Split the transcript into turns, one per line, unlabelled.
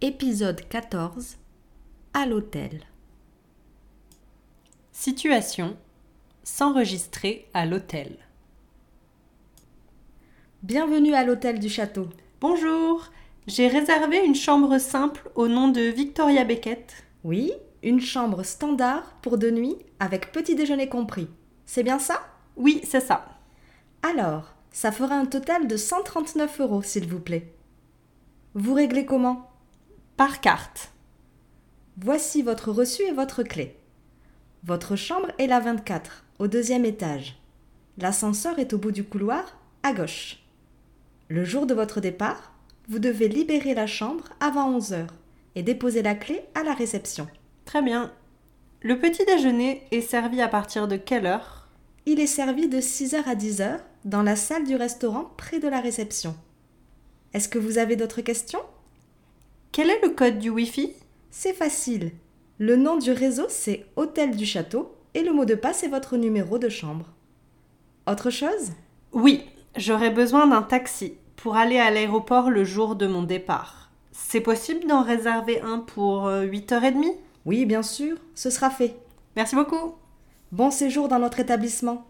Épisode 14 À l'hôtel.
Situation S'enregistrer à l'hôtel.
Bienvenue à l'hôtel du château.
Bonjour J'ai réservé une chambre simple au nom de Victoria Beckett.
Oui, une chambre standard pour deux nuits avec petit déjeuner compris. C'est bien ça
Oui, c'est ça.
Alors, ça fera un total de 139 euros, s'il vous plaît. Vous réglez comment
Par carte.
Voici votre reçu et votre clé. Votre chambre est la 24, au deuxième étage. L'ascenseur est au bout du couloir, à gauche. Le jour de votre départ, vous devez libérer la chambre avant 11 heures et déposer la clé à la réception.
Très bien. Le petit déjeuner est servi à partir de quelle heure
Il est servi de 6h à 10h dans la salle du restaurant près de la réception. Est-ce que vous avez d'autres questions
Quel est le code du Wi-Fi
C'est facile. Le nom du réseau, c'est Hôtel du Château et le mot de passe est votre numéro de chambre. Autre chose
Oui, j'aurais besoin d'un taxi pour aller à l'aéroport le jour de mon départ. C'est possible d'en réserver un pour euh, 8h30
Oui, bien sûr, ce sera fait.
Merci beaucoup
Bon séjour dans notre établissement.